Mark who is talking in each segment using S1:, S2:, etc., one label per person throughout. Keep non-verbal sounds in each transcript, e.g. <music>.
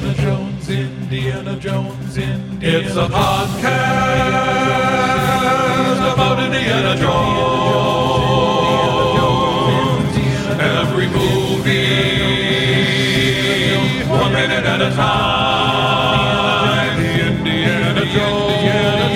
S1: Jones, Indiana Jones, Indiana It's a podcast about Indiana Jones. Every movie, one minute at a time. The Indiana Jones Minute.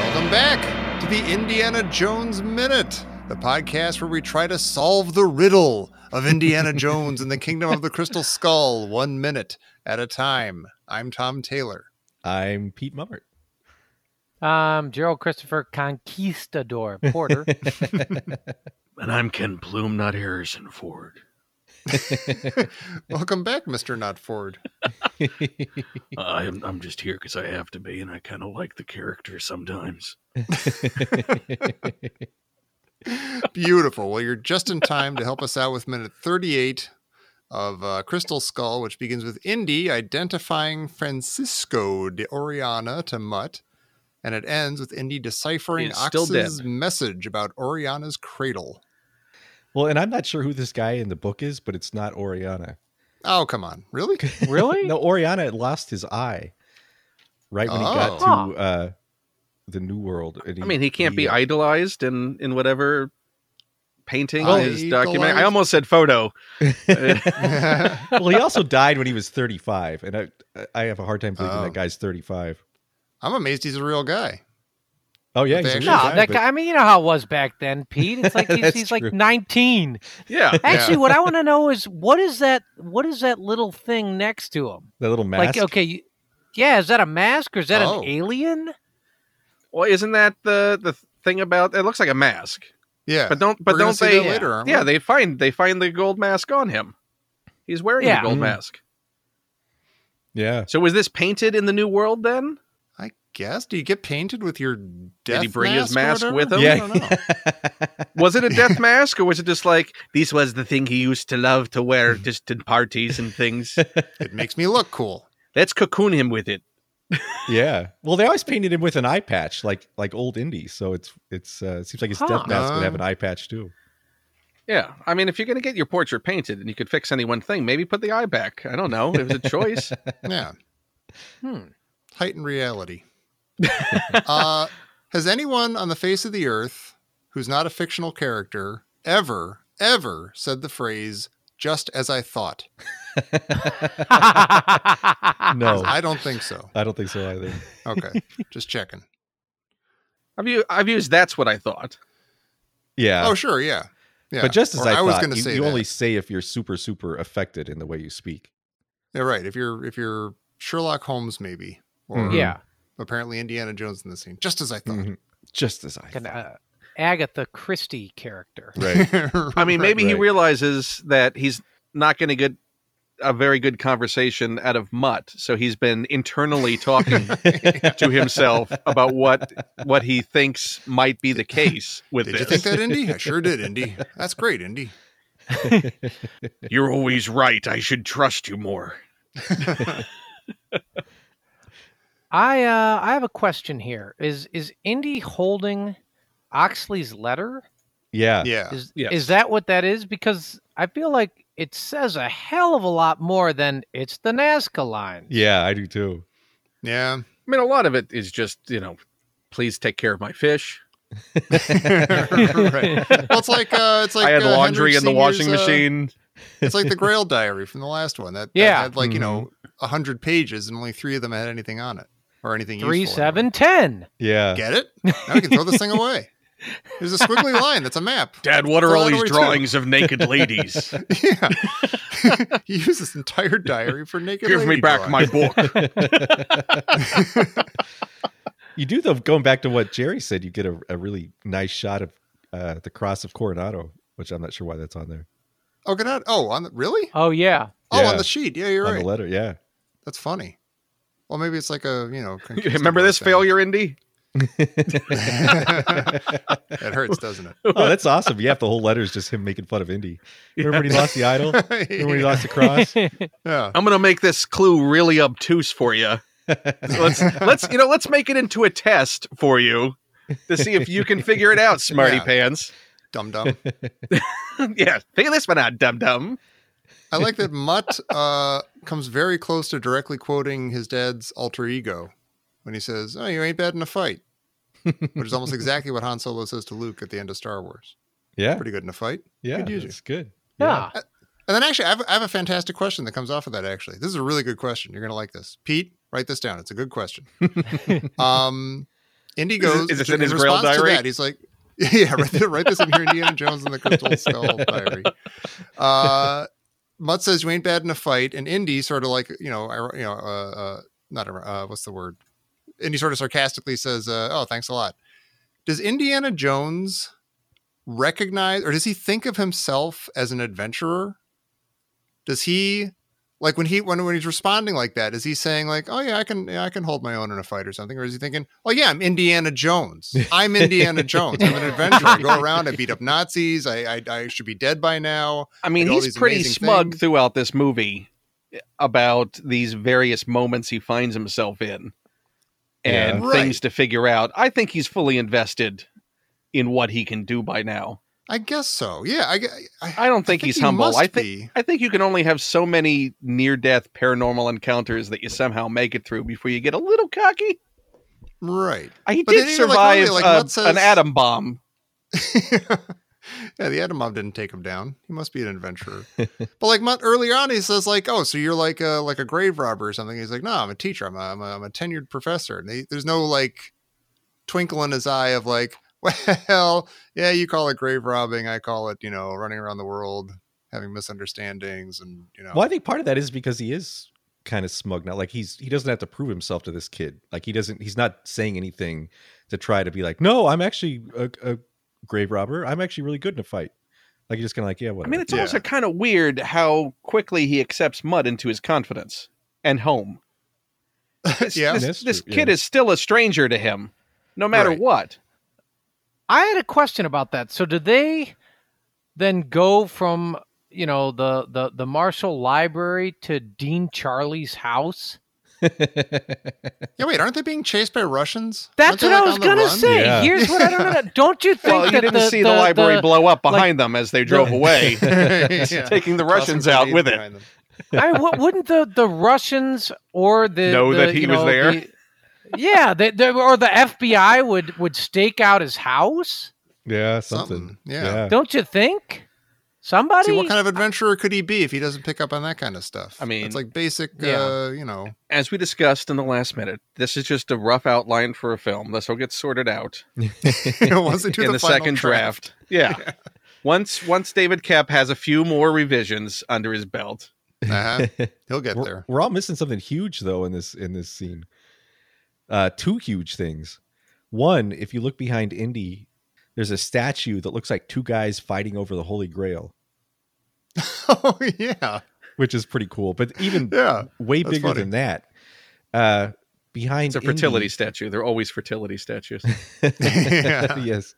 S2: Welcome back to the Indiana Jones Minute, the podcast where we try to solve the riddle of
S3: <laughs>
S2: Indiana Jones and the Kingdom of the Crystal Skull one minute at a time. I'm Tom Taylor.
S3: I'm Pete Mummert.
S4: Um, Gerald Christopher
S3: <laughs>
S4: Conquistador Porter.
S5: And I'm Ken Bloom, not Harrison Ford.
S2: Welcome back, Mr. Not Ford.
S5: I am, Uh, I'm just here because I have to be, and I kind of like the character sometimes.
S2: Beautiful. Well, you're just in time to help us out with minute 38 of uh, Crystal Skull, which begins with Indy identifying Francisco de Oriana to Mutt, and it ends with Indy deciphering
S3: He is still
S2: Ox's
S3: dead.
S2: message about Oriana's cradle.
S3: well, and I'm not sure who this guy in the book is, but it's not Oriana.
S2: Oh, come on. Really? <laughs>
S4: really?
S3: <laughs> No, Oriana lost his eye right when he got
S4: Oh.
S3: to uh, the New World. and uh,
S6: I mean, he can't be idolized in in whatever painting
S2: Well,
S6: his document.
S2: idolized?
S6: I almost said photo.
S3: well, he also died when he was 35, and I I have a hard time believing
S2: Oh.
S3: that guy's 35.
S2: I'm amazed he's a real guy.
S3: Oh yeah,
S2: But
S3: he's a
S2: they
S3: real
S2: actually-
S4: No, that
S3: but-
S4: guy. I mean, you know how it was back then, Pete.
S3: <laughs>
S4: It's like he's,
S3: That's
S4: he's
S3: true.
S4: like nineteen.
S6: Yeah,
S4: Actually, what I
S3: <laughs>
S4: want to know is what is that? What is that little thing next to him?
S3: that little mask.
S4: Like, okay, you- yeah, is that a mask or is that
S2: Oh.
S4: an alien?
S6: <laughs>
S4: <laughs>
S6: well, isn't that the the thing about? It looks like a mask,
S2: Yeah.
S6: but don't but
S2: We're gonna
S6: don't
S2: see
S6: they?
S2: that later, aren't
S6: yeah,
S2: we?
S6: they find they find the gold mask on him. He's wearing
S4: Yeah.
S6: the
S2: Mm-hmm.
S6: gold
S3: Mhm.
S6: mask.
S3: Yeah,
S6: So was this painted in the New World then?
S2: I guess. Do you get painted with your death
S6: he bring his
S2: mask, or
S6: mask
S2: whatever?
S6: with him?
S2: I
S3: yeah.
S2: don't know.
S6: Was it a <laughs> death mask or was it just like this was the thing he used to love to wear <laughs> just in parties and things?
S2: it makes me look cool.
S6: Let's cocoon him with it.
S3: <laughs> yeah. Well, they always painted him with an eye patch, like like old indie. So it's it's uh, it seems like his
S4: Huh.
S3: death mask would have
S2: Um,
S3: an eye patch too. <laughs>
S6: Yeah, I mean, if you're going to get your portrait painted and you could fix any one thing, maybe put the eye back. I don't know. It was a <laughs> choice.
S2: Yeah.
S4: Hmm.
S2: Heightened reality. uh, has anyone on the face of the earth who's not a fictional character ever, ever said the phrase, just as I thought?
S3: <laughs> No,
S2: I don't think so.
S3: I don't think so either.
S2: Okay. Just checking.
S6: I've used, I've used that's what I thought.
S3: Yeah.
S2: Oh, sure. Yeah. Yeah.
S3: But just as
S2: Or
S3: I,
S2: was
S3: thought,
S2: going to
S3: you,
S2: say
S3: you
S2: that.
S3: only say if you're super, super affected in the way you speak.
S2: Yeah, right. If you're if you're Sherlock Holmes, maybe, or
S3: Mhm.
S4: Mm-hmm. Yeah,
S2: apparently Indiana Jones in the scene, just as I thought.
S3: Mhm. Just as I.
S4: like an
S3: thought.
S4: uh, Agatha Christie character.
S3: Right.
S2: <laughs>
S6: I mean, maybe he
S3: right.
S6: realizes that he's not going to get a very good conversation out of Mutt, so he's been internally <laughs> talking to himself about what what he thinks might be the case with
S2: Did you
S6: this.
S2: think that, Indy? I sure did,
S6: <laughs>
S2: Indy. That's great, Indy.
S6: You're always right. I should trust you more.
S4: I uh, I have a question here. Is is Indy holding Oxley's letter?
S3: Yeah.
S2: Yeah.
S4: Is
S6: yes.
S4: is that what that is? Because I feel like it says a hell of a lot more than it's the Nazca line.
S3: Yeah, I do too.
S2: Yeah.
S6: I mean, a lot of it is just you know, please take care of my fish. <laughs>
S2: right. Well, it's like uh, it's like
S6: I had
S2: uh,
S6: laundry
S2: Henry
S6: in the washing
S2: Senior's, uh,
S6: machine.
S2: it's like
S6: <laughs>
S2: the Grail Diary from the last one. That, that
S4: Yeah.
S2: had like you know
S6: Mm-hmm.
S2: a hundred pages and only three of them had anything on it or anything.
S4: Three
S2: useful anyway.
S4: seven ten.
S3: Yeah.
S2: Get it? Now we can throw this thing away. There's a squiggly line. That's a map.
S6: Dad, what
S2: are all these drawings
S6: of naked
S2: <laughs>
S6: ladies?
S3: <laughs>
S2: Yeah. <laughs> you use this entire diary for naked. lady drawing.
S6: <laughs> book.
S3: You do though. Going back to what Jerry said, you get a, a really nice shot of uh, the cross of Coronado, which I'm not sure why that's on there
S2: Oh, good. night. Oh, on the really?
S4: Oh yeah.
S2: Oh,
S3: Yeah.
S2: on the sheet. Yeah, you're
S3: on
S2: right.
S3: the letter.
S2: <laughs>
S3: Yeah.
S2: That's funny. Well, maybe it's like a you know.
S3: <laughs>
S6: Remember this failure, Indy?
S2: <laughs> It hurts, doesn't it?
S3: Oh, that's awesome. Yeah, if the whole letter is just him making fun of
S2: <laughs>
S3: Indy. Remember when he lost the idol? Remember <laughs> when he lost the cross?
S4: <laughs>
S2: yeah.
S6: I'm gonna make this clue really obtuse for you. <laughs> let's let's you know let's make it into a test for you to see if you can figure it out, smarty
S2: Yeah.
S6: pants.
S2: Dum dum.
S6: <laughs> yeah, figure this one out, dum dum.
S2: I like that Mutt uh, comes very close to directly quoting his dad's alter ego when he says, "Oh, you ain't bad in a fight," which is
S3: <laughs>
S2: almost exactly what Han Solo says to Luke at the end of Star Wars.
S3: yeah,
S2: Pretty good in a fight.
S3: yeah,
S2: good user.
S3: it's good.
S4: Yeah.
S2: And then actually, I have, I have a fantastic question that comes off of that. Actually, this is a really good question. You're gonna like this, Pete. Write this down. It's a good
S6: <laughs>
S2: question. um, Indy
S6: Is
S2: goes.
S6: it- is this
S2: in
S6: in his Grail
S2: response to
S6: diary?
S2: that, he's like, <laughs> "Yeah, write, th- write this in here, Indiana Jones and the
S6: <laughs>
S2: Crystal Skull diary." Uh, Mutt says you ain't bad in a fight, and Indy sort of like you know, ir- you know, uh, uh, not ir- uh, what's the word? Indy sort of sarcastically says, uh, "Oh, thanks a lot." Does Indiana Jones recognize, or does he think of himself as an adventurer? Does he like when he when when he's responding like that? Is he saying like, "Oh yeah, I can yeah, I can hold my own in a fight" or something, or is he thinking, "Oh yeah, I'm Indiana Jones. I'm Indiana Jones. I'm an adventurer. I go around. I beat up Nazis. I I, I should be dead by now."
S6: I mean,
S2: Did all
S6: he's
S2: these
S6: pretty
S2: amazing
S6: smug
S2: things.
S6: throughout this movie about these various moments he finds himself in and
S2: Yeah.
S6: things to figure out. I think he's fully invested in what he can do by now.
S2: I guess so. Yeah, I gue- I,
S6: I don't think, he's humble.
S2: must
S6: I think
S2: be.
S6: I think you can only have so many near-death paranormal encounters that you somehow make it through before you get a little cocky.
S2: right.
S6: He
S2: But
S6: did
S2: then you're like, really,
S6: survive
S2: like,
S6: uh,
S2: what says-
S6: an atom bomb.
S2: <laughs> yeah, the atom bomb didn't take him down. He must be an adventurer. but like Mutt early on, he says like, "Oh, so you're like a like a grave robber or something?" He's like, "No, I'm a teacher. I'm a I'm a, I'm a tenured professor." And they, there's no like twinkle in his eye of like, <laughs> "Well, yeah, you call it grave robbing. I call it you know running around the world, having misunderstandings, and you
S6: Oh.
S2: know."
S3: Well, I think part of that is because he is kind of smug now. Like he's he doesn't have to prove himself to this kid. Like he doesn't he's not saying anything to try to be like, no, I'm actually a, a grave robber. I'm actually really good in a fight. Like you're just kind of like, yeah,
S6: I
S3: whatever.
S6: mean, it's
S2: Yeah.
S6: also kind of weird how quickly he accepts mud into his confidence
S2: <laughs>
S6: and home. This,
S2: Yeah.
S6: this,
S3: That's
S6: this
S3: true,
S6: kid
S3: yeah.
S6: is still a stranger to him, no matter
S2: Right.
S6: what.
S4: I had a question about that. So did they then go from you know the the the Marshall Library to Dean Charlie's house?
S2: yeah, wait, aren't they being chased by Russians? Aren't
S4: That's
S2: they,
S4: what
S2: like,
S4: I was
S2: on the
S4: gonna
S2: run?
S4: say.
S3: Yeah.
S4: Here's what I don't <laughs> know. Don't you think
S6: Well, you
S4: that
S6: didn't
S4: the,
S6: see the, library
S4: the-
S6: blow up
S4: like-
S6: behind them as they drove <laughs> away,
S2: <laughs> Yeah.
S6: taking the
S2: Tossing
S6: Russians out
S2: grenades
S6: with it.
S2: behind them.
S4: I w- wouldn't the the Russians or the
S6: Know
S4: the,
S6: that he
S4: you
S6: was
S4: know,
S6: there?
S4: the- yeah, they, they, or the FBI would would stake out his house.
S3: <laughs>
S2: <laughs>
S3: yeah,
S2: Something.
S3: something.
S2: Yeah.
S4: Don't you think? Somebody.
S2: See, what kind of adventurer could he be if he doesn't pick up on that kind of stuff?
S6: I mean,
S2: it's like basic, uh,
S4: yeah.
S2: you
S6: <laughs>
S2: know. <laughs>
S6: As we discussed in the last minute, this is just a rough outline for a film. This will get sorted out
S2: once they do
S6: in the,
S2: final
S6: second draft.
S2: <laughs>
S6: Yeah. Once once David Kep has a few more revisions under his belt.
S2: Uh-huh.
S6: <laughs>
S2: he'll get
S3: we're,
S2: there. <laughs>
S3: we're all missing something huge though in this in this scene. Uh, two huge things. One, if you look behind Indy, there's a statue that looks like two guys fighting over the Holy Grail,
S2: oh yeah,
S3: which is pretty cool. But even
S2: yeah.
S3: way
S2: That's
S3: bigger
S2: funny.
S3: than that. Uh, behind
S6: It's a fertility statue. They're always fertility statues.
S3: Indy, <laughs>
S2: Yeah.
S3: yes,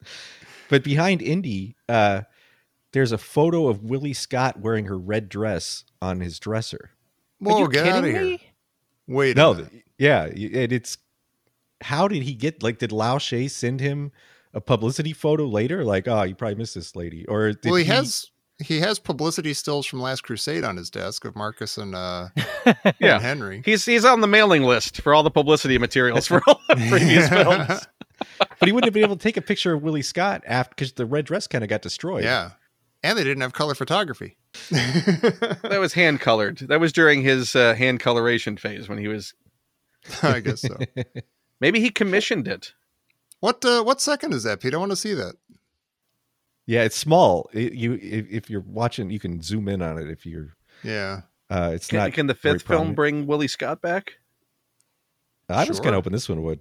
S3: but behind Indy, uh, there's a photo of Willie Scott wearing her red dress on his dresser.
S4: Are
S2: Whoa,
S4: you
S2: get
S4: kidding
S2: out of here!
S4: me?
S2: Wait,
S3: No,
S2: a minute.
S3: th- yeah, y- and it's how did he get? Like, did Lao Shea send him a publicity photo later? Like, oh, you probably missed this lady, or did
S2: well, he, has he has publicity stills from Last Crusade on his desk of Marcus and
S4: <laughs>
S2: uh,
S6: Yeah.
S2: and Henry.
S6: He's he's on the mailing list for all the publicity materials for all
S2: <laughs>
S6: the <laughs>
S3: <laughs>
S6: previous films.
S3: But he wouldn't have been able to take a picture of Willie Scott after because the red dress kind of got destroyed.
S2: yeah, and they didn't have color photography. <laughs>
S6: That was hand colored. That was during his uh, hand coloration phase when he was.
S2: I guess
S3: <laughs>
S2: so.
S6: Maybe he commissioned it.
S2: What uh, what second is that, Pete? I want to see that.
S3: yeah, it's small. It- you, if, if you're watching, you can zoom in on it if you're.
S2: Yeah,
S3: Uh, it's
S6: Can,
S3: not.
S6: can the
S3: very
S6: fifth film
S3: prominent.
S6: bring Willie Scott back?
S3: I was kind
S2: Sure.
S3: of hoping this one would.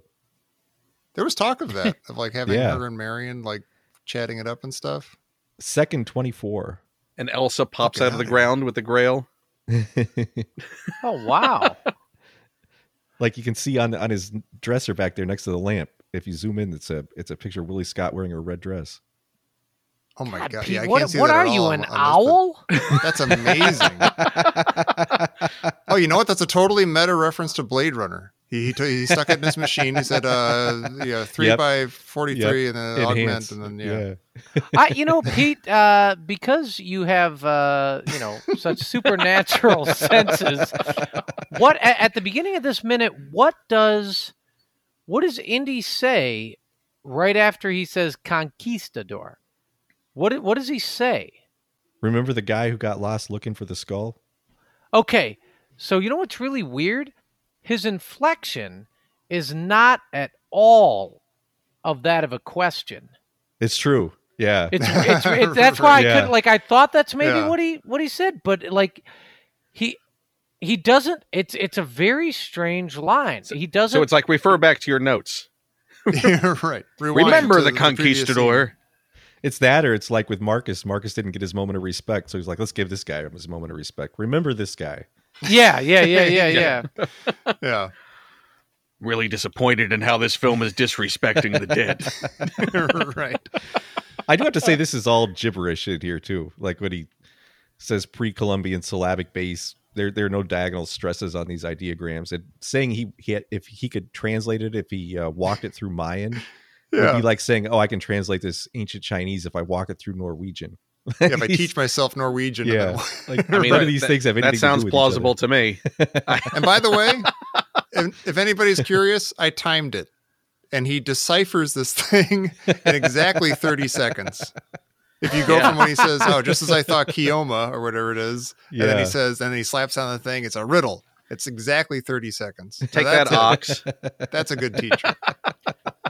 S2: there was talk of that of like having
S3: Yeah.
S2: her and Marion like chatting it up and stuff.
S3: Second 24.
S6: And Elsa pops
S2: Fucking
S6: out of the
S2: hell.
S6: ground with the grail.
S4: Oh wow.
S3: like you can see on on his dresser back there next to the lamp. If you zoom in, it's a it's a picture of Willie Scott wearing a red dress.
S2: Oh my god!
S4: Pete,
S2: <laughs> yeah, I
S4: what
S2: can't see
S4: what
S2: that
S4: are
S2: at
S4: you,
S2: all
S4: an
S2: on- on this,
S4: owl?
S2: but <laughs> That's
S4: <laughs>
S2: amazing. oh, you know what? That's a totally meta reference to Blade Runner. He he, t- he stuck it in his machine. He said, uh, yeah, three
S3: Yep.
S2: by forty-three, and then
S3: Enhance.
S2: augment, and then yeah.
S4: I, you know, Pete, uh, because you have, uh, you know, such supernatural senses. What a- at, the beginning of this minute? What does what does Indy say right after he says conquistador? What do- what does he say?
S3: Remember the guy who got lost looking for the skull?
S4: Okay, so you know what's really weird? His inflection is not at all of that of a question.
S3: It's true. Yeah.
S4: It's, it's, it- that's why I
S3: Yeah.
S4: couldn't like I thought that's maybe
S2: Yeah.
S4: what he what he said, but like he he doesn't it's it's a very strange line. He doesn't
S6: So it's like refer back to your notes.
S2: yeah, <laughs> right. Rewind
S6: Remember
S2: to
S6: the
S2: previous scene.
S6: conquistador.
S3: It's that, or it's like with Marcus. Marcus didn't get his moment of respect, so he's like, "Let's give this guy his moment of respect." Remember this guy?
S4: <laughs> Yeah, yeah, yeah, yeah, yeah.
S2: Yeah, <laughs>
S5: Really disappointed in how this film is disrespecting the
S3: <laughs>
S5: dead.
S2: right.
S3: I do have to say, this is all gibberish in here too. Like when he says pre-Columbian syllabic base. There, there are no diagonal stresses on these ideograms. And saying he, he had, if he could translate it, if he uh, walked it through Mayan, would
S2: Yeah.
S3: be like saying, "Oh, I can translate this ancient Chinese if I walk it through Norwegian."
S2: yeah, if I teach myself Norwegian, and
S3: Yeah.
S2: I-
S3: like
S6: I mean,
S3: none
S6: that-
S3: of these
S6: that-
S3: things have anything.
S6: That sounds
S3: to do with each other.
S6: plausible to me.
S2: And by the way, if, if anybody's curious, I timed it. And he deciphers this <laughs> thing in exactly 30 seconds. If you go
S6: Yeah.
S2: from when he says, oh, just as I thought, Kioma or whatever it is, and then
S3: Yeah.
S2: he says, then he slaps on the thing, it's a riddle. It's exactly 30 seconds. So
S6: Take
S2: that's
S6: that,
S2: a- <laughs>
S6: ox.
S2: That's a good
S6: <laughs>
S2: teacher.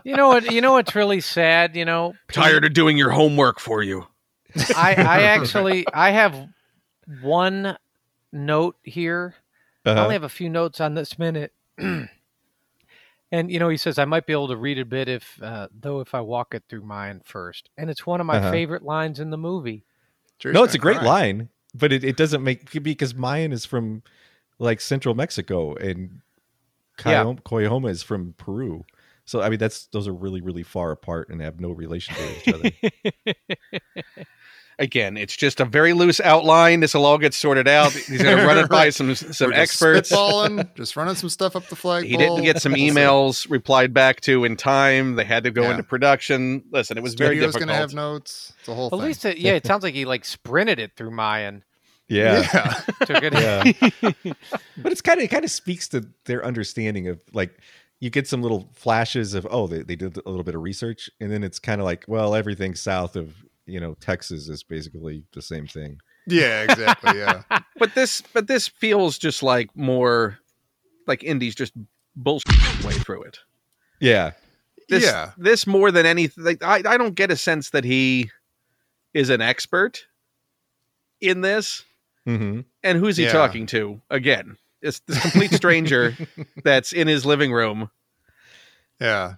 S4: You know what you know what's really sad, you know?
S5: Tired of doing your homework for you.
S4: I, I actually I have one note here. I only
S3: Uh-huh.
S4: have a few notes on this minute. <clears throat> and you know, he says I might be able to read a bit if uh, though if I walk it through mine first. And it's one of my
S3: Uh-huh.
S4: favorite lines in the movie.
S2: Jerry's
S3: No, it's a
S2: gonna
S3: great
S2: cry.
S3: line, but it, it doesn't make because Mayan is from like central Mexico and
S4: Yeah.
S3: Coyom- Coyoma is from Peru. So I mean, that's those are really really far apart and have no relation to each other.
S6: Again, it's just a very loose outline. This will all get sorted out. He's going to
S2: <laughs>
S6: run it by some some
S2: We're just
S6: experts.
S2: Spitballing, just running some stuff up the flagpole.
S6: He didn't
S2: <laughs>
S6: get some emails replied back to in time. They had to go
S2: Yeah.
S6: into production. Listen, it was very
S2: Studio's
S6: difficult.
S2: gonna have notes. It's a whole
S4: At
S2: thing.
S4: least, it, yeah, it sounds like he like sprinted it through Mayan.
S3: yeah.
S2: yeah. <laughs>
S4: Took it.
S3: Yeah. but it's kind of it kind of speaks to their understanding of like you get some little flashes of oh they, they did a little bit of research and then it's kind of like well everything south of you know Texas is basically the same thing.
S2: Yeah, exactly. Yeah.
S6: but this but this feels just like more like indies just bullshit their way through it.
S3: Yeah.
S6: This,
S2: yeah.
S6: This more than anything. Like, I I don't get a sense that he is an expert in this.
S3: Mm-hmm.
S6: And who's he
S2: Yeah.
S6: talking to again? It's this complete stranger
S2: <laughs>
S6: that's in his living room.
S2: Yeah.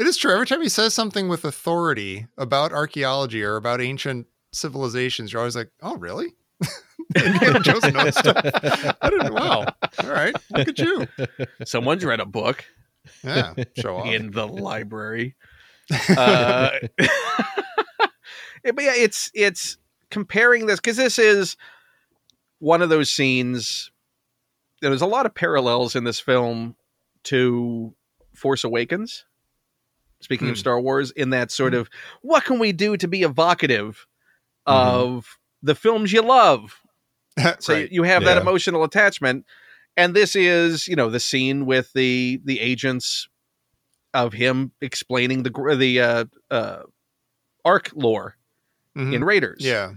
S2: It is true. Every time he says something with authority about archaeology or about ancient civilizations, you're always like, oh, really? <laughs> Indiana Jones
S6: <laughs>
S2: knows stuff. I didn't, wow. All right. Look at you.
S5: Someone's read a book
S2: Yeah. Show off.
S5: in the
S2: <laughs>
S5: library.
S6: Uh, <laughs> it- but yeah, it's it's comparing this because this is one of those scenes. There's a lot of parallels in this film to Force Awakens. Speaking of
S2: Hmm.
S6: Star Wars, in that sort of what can we do to be evocative
S2: Hmm.
S3: Mhm.
S6: of the films you love?
S2: <laughs>
S6: So
S2: right.
S6: you, you have that
S3: Yeah.
S6: emotional attachment, and this is you know the scene with the the agents of him explaining the gr- the uh, uh, arc lore
S2: Mhm.
S6: in Raiders.
S2: yeah.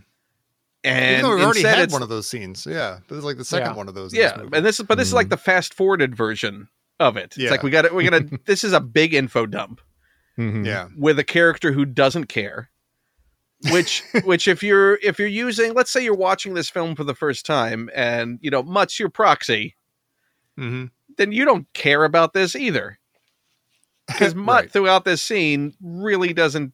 S2: Even
S6: and
S2: though we've already
S6: instead
S2: had
S6: it's-
S2: one of those scenes. Yeah. This is like the second
S4: Yeah.
S2: one of those. in this
S6: yeah,
S2: movie. Mm-hmm.
S6: and this is but this is like
S3: Mhm.
S6: the fast forwarded version of it.
S2: Yeah.
S6: It's like we got it.
S2: <laughs>
S6: We're gonna. this is a big info dump
S3: Mhm.
S2: yeah.
S6: with a character who doesn't care.
S2: <laughs>
S6: which which if you're if you're using let's say you're watching this film for the first time and you know much your proxy
S2: Mhm.
S6: then you don't care about
S2: <laughs>
S6: this either. Because Mutt
S2: Right.
S6: throughout this scene really doesn't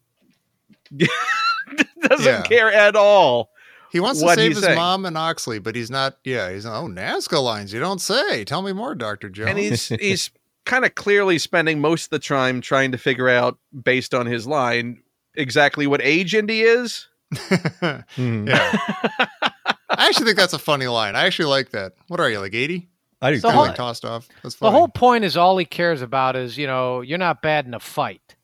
S6: <laughs> doesn't
S2: Yeah.
S6: care at all.
S2: He wants to
S6: What'd
S2: save
S6: he
S2: his
S6: say?
S2: mom and Oxley, but he's not. Yeah. He's, oh, Nazca lines. You don't say. Tell me more, Dr. Jones. <laughs>
S6: And he's he's kind of clearly spending most of the time trying to figure out, based on his line, exactly what age Indy is.
S3: Mhm. Mm-hmm.
S2: Yeah. I actually think that's a funny line. I actually like that. What are you, like 80?
S3: I do. too.
S4: So
S2: Kind of like
S4: whole-
S2: tossed off. That's
S4: The
S2: funny.
S4: whole point is all he cares about is you know you're not bad in a fight.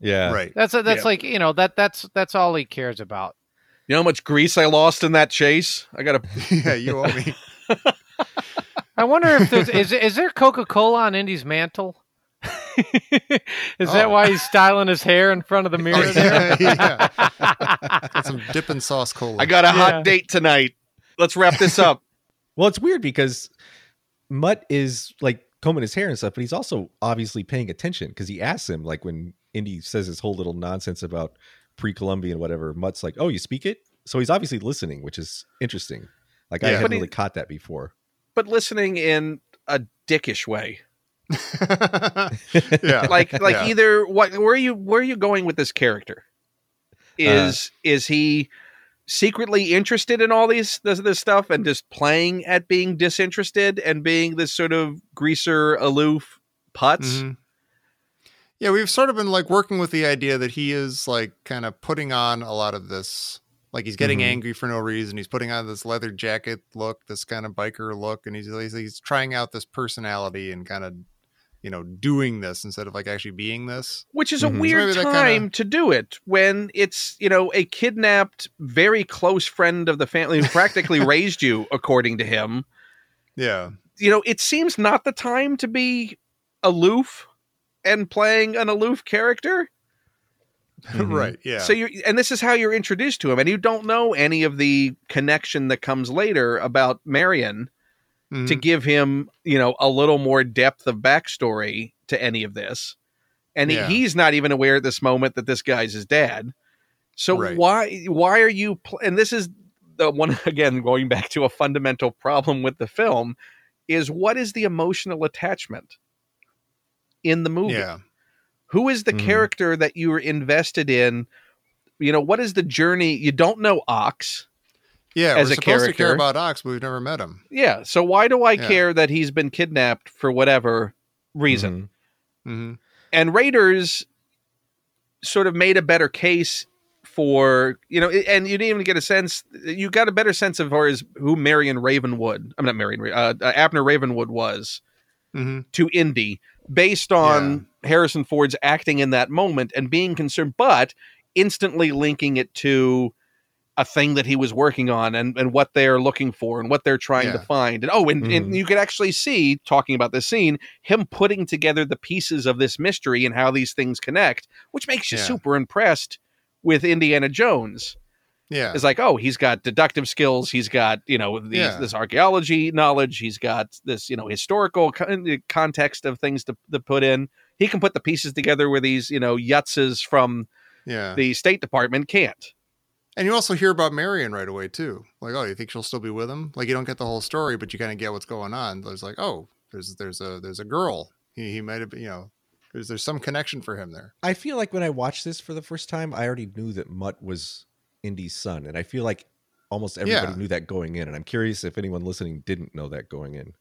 S3: yeah.
S6: <laughs>
S2: right.
S4: That's uh, that's
S6: Yeah.
S4: like you know that that's that's all he cares about.
S6: You know how much grease I lost in that chase? I got to
S2: yeah, you owe <laughs> me.
S4: I wonder if there's is is there Coca Cola on Indy's mantle? <laughs> is that
S2: Oh.
S4: why he's styling his hair in front of the mirror?
S2: Oh, <laughs>
S4: there? <laughs>
S2: yeah, yeah. Got some dipping sauce cola.
S6: I got a
S4: Yeah.
S6: hot date tonight. Let's wrap
S2: <laughs>
S6: this up.
S3: Well, it's weird because Mutt is like combing his hair and stuff, but he's also obviously paying attention because he asks him, like when Indy says his whole little nonsense about pre Columbian whatever, Mutt's like, Oh, you speak it? So he's obviously listening, which is interesting. Like I
S2: Yeah.
S3: haven't
S6: But he-
S3: really caught that before.
S6: but listening in a dickish way.
S2: <laughs> yeah.
S6: Like like
S2: Yeah.
S6: either what where are you where are you going with this character?
S2: Uh-huh.
S6: Is is he secretly interested in all these this, this stuff and just playing at being disinterested and being this sort of greaser aloof putz?
S2: Mhm. Yeah, we've sort of been like working with the idea that he is like kind of putting on a lot of this. Like he's getting
S3: Mhm.
S2: angry for no reason. He's putting on this leather jacket look, this kind of biker look, and he's he's, he's trying out this personality and kind of, you know, doing this instead of like actually being this.
S6: Which is
S3: Mhm. So
S6: a weird
S2: Mm-hmm. maybe that kinda-
S6: time to do it when it's, you know, a kidnapped, very close friend of the family who
S2: <laughs>
S6: practically raised you, according to him.
S2: Yeah, <laughs>
S6: you know, it seems not the time to be aloof and playing an aloof character.
S3: Mhm.
S2: right. Yeah.
S6: So you and this is how you're introduced to him, and you don't know any of the connection that comes later about Marion
S2: Mhm.
S6: to give him, you know, a little more depth of backstory to any of this. And he-
S2: Yeah.
S6: he's not even aware at this moment that this guy's his dad. So
S2: Right.
S6: why why are you pl- and this is the one <laughs> again going back to a fundamental problem with the film is what is the emotional attachment in the movie?
S2: yeah,
S6: Who is the
S3: Mhm.
S6: character that you were invested in? You know, what is the journey? You don't know Ox.
S2: yeah.
S6: as
S2: we're
S6: a
S2: supposed to care
S6: character.
S2: about Ox, but we've never met him.
S6: Yeah. So why do I
S2: Yeah.
S6: care that he's been kidnapped for whatever reason?
S3: Mhm.
S2: hmm
S6: And Raiders sort of made a better case for you know, and you didn't even get a sense. You got a better sense of her as who Marion Ravenwood. I'm not Marion. Ra- Uh, uh, Abner Ravenwood was
S2: hmm
S6: to Indy based on Harrison Ford's acting in that moment and being concerned, but instantly linking it to a thing that he was working on and, and what they're looking for and what they're trying to
S2: Yeah. Mm-hmm.
S6: find. And oh, and, and
S3: Mhm.
S6: you could actually see, talking about this scene, him putting together the pieces of this mystery and how these things connect, which makes you
S2: Yeah.
S6: super impressed with Indiana Jones.
S2: Yeah.
S6: It's like, oh, he's got deductive skills. He's got, you know, these,
S2: Yeah.
S6: this archaeology knowledge. He's got this, you know, historical con- context of things to, to put in. He can put the pieces together where these, you know, yutzes from
S2: yeah.
S6: the State Department can't.
S2: And you also hear about Marion right away too. Like, oh, you think she'll still be with him? Like, you don't get the whole story, but you kind of get what's going on. There's like, oh, there's there's a there's a girl. He he might have been, you know, there's there's some connection for him there.
S3: I feel like when I watched this for the first time, I already knew that Mutt was Indy's son, and I feel like almost everybody
S2: Yeah.
S3: knew that going in. And I'm curious if anyone listening didn't know that going in.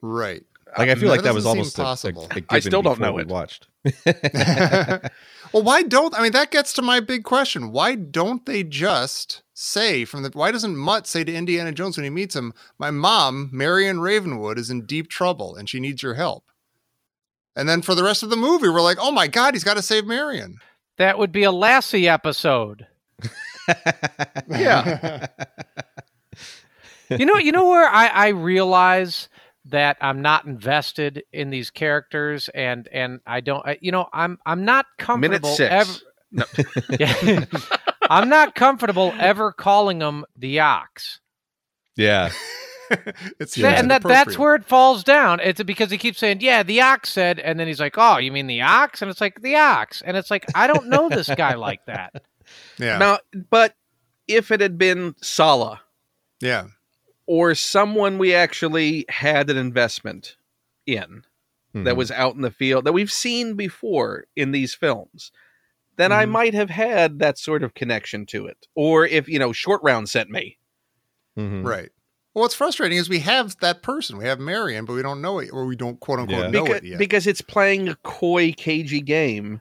S2: Right.
S3: Like I feel
S2: Uh, That
S3: like that
S2: doesn't
S3: was
S2: seem
S3: almost a- a-
S2: possible.
S3: a
S6: I still
S3: given
S6: don't know
S3: before we
S6: it.
S3: Watched.
S2: <laughs> well, why don't I mean that gets to my big question. Why don't they just say from the why doesn't Mutt say to Indiana Jones when he meets him, My mom, Marion Ravenwood, is in deep trouble and she needs your help. And then for the rest of the movie, we're like, oh my god, he's gotta save Marion. <laughs>
S4: That would be a Lassie episode.
S6: Yeah.
S4: You know, you know where I, I realize that I'm not invested in these characters, and and I don't, I, you know, I'm I'm not
S6: Minute
S4: comfortable.
S6: six.
S4: Ever, Yeah. <laughs> I'm not comfortable ever calling them the ox.
S3: yeah.
S2: it's
S3: Yeah.
S4: That- and that that's where it falls down. It's because he keeps saying, "Yeah, the ox said," and then he's like, "Oh, you mean the ox?" And it's like the ox, and it's like I don't know this guy like that.
S2: yeah
S6: Now, but if it had been Sala
S2: yeah
S6: or someone we actually had an investment in, that
S2: Mm-hmm.
S3: Mhm.
S6: was out in the field that we've seen before in these films, then I
S2: Mhm.
S6: might have had that sort of connection to it. Or if, you know, Short Round sent me.
S3: Mhm.
S2: right. Well, what's frustrating is we have that person, we have Marion, but we don't know it, or we don't quote unquote
S3: Yeah.
S2: know
S6: Because,
S2: it yet.
S6: because it's playing a coy, cagey game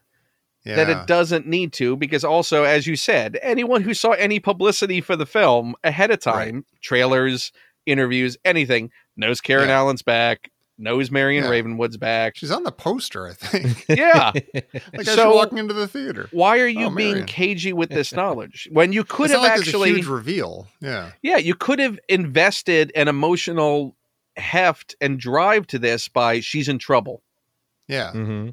S2: yeah.
S6: that it doesn't need to. Because also, as you said, anyone who saw any publicity for the film ahead of time, trailers, interviews, anything. Knows Karen
S2: Yeah.
S6: Allen's back. Knows Marion
S2: Yeah.
S6: Ravenwood's back.
S2: She's on the poster, I think. <laughs>
S6: Yeah.
S2: like as
S6: So-
S2: you're walking into the theater.
S6: Why are you
S2: Oh,
S6: being
S2: Marion.
S6: cagey
S2: <laughs>
S6: with this knowledge when you could
S2: it's
S6: have
S2: not like there's
S6: actually
S2: a huge reveal. Yeah.
S6: Yeah, you could have invested an emotional heft and drive to this by she's in trouble.
S2: Yeah.
S3: hmm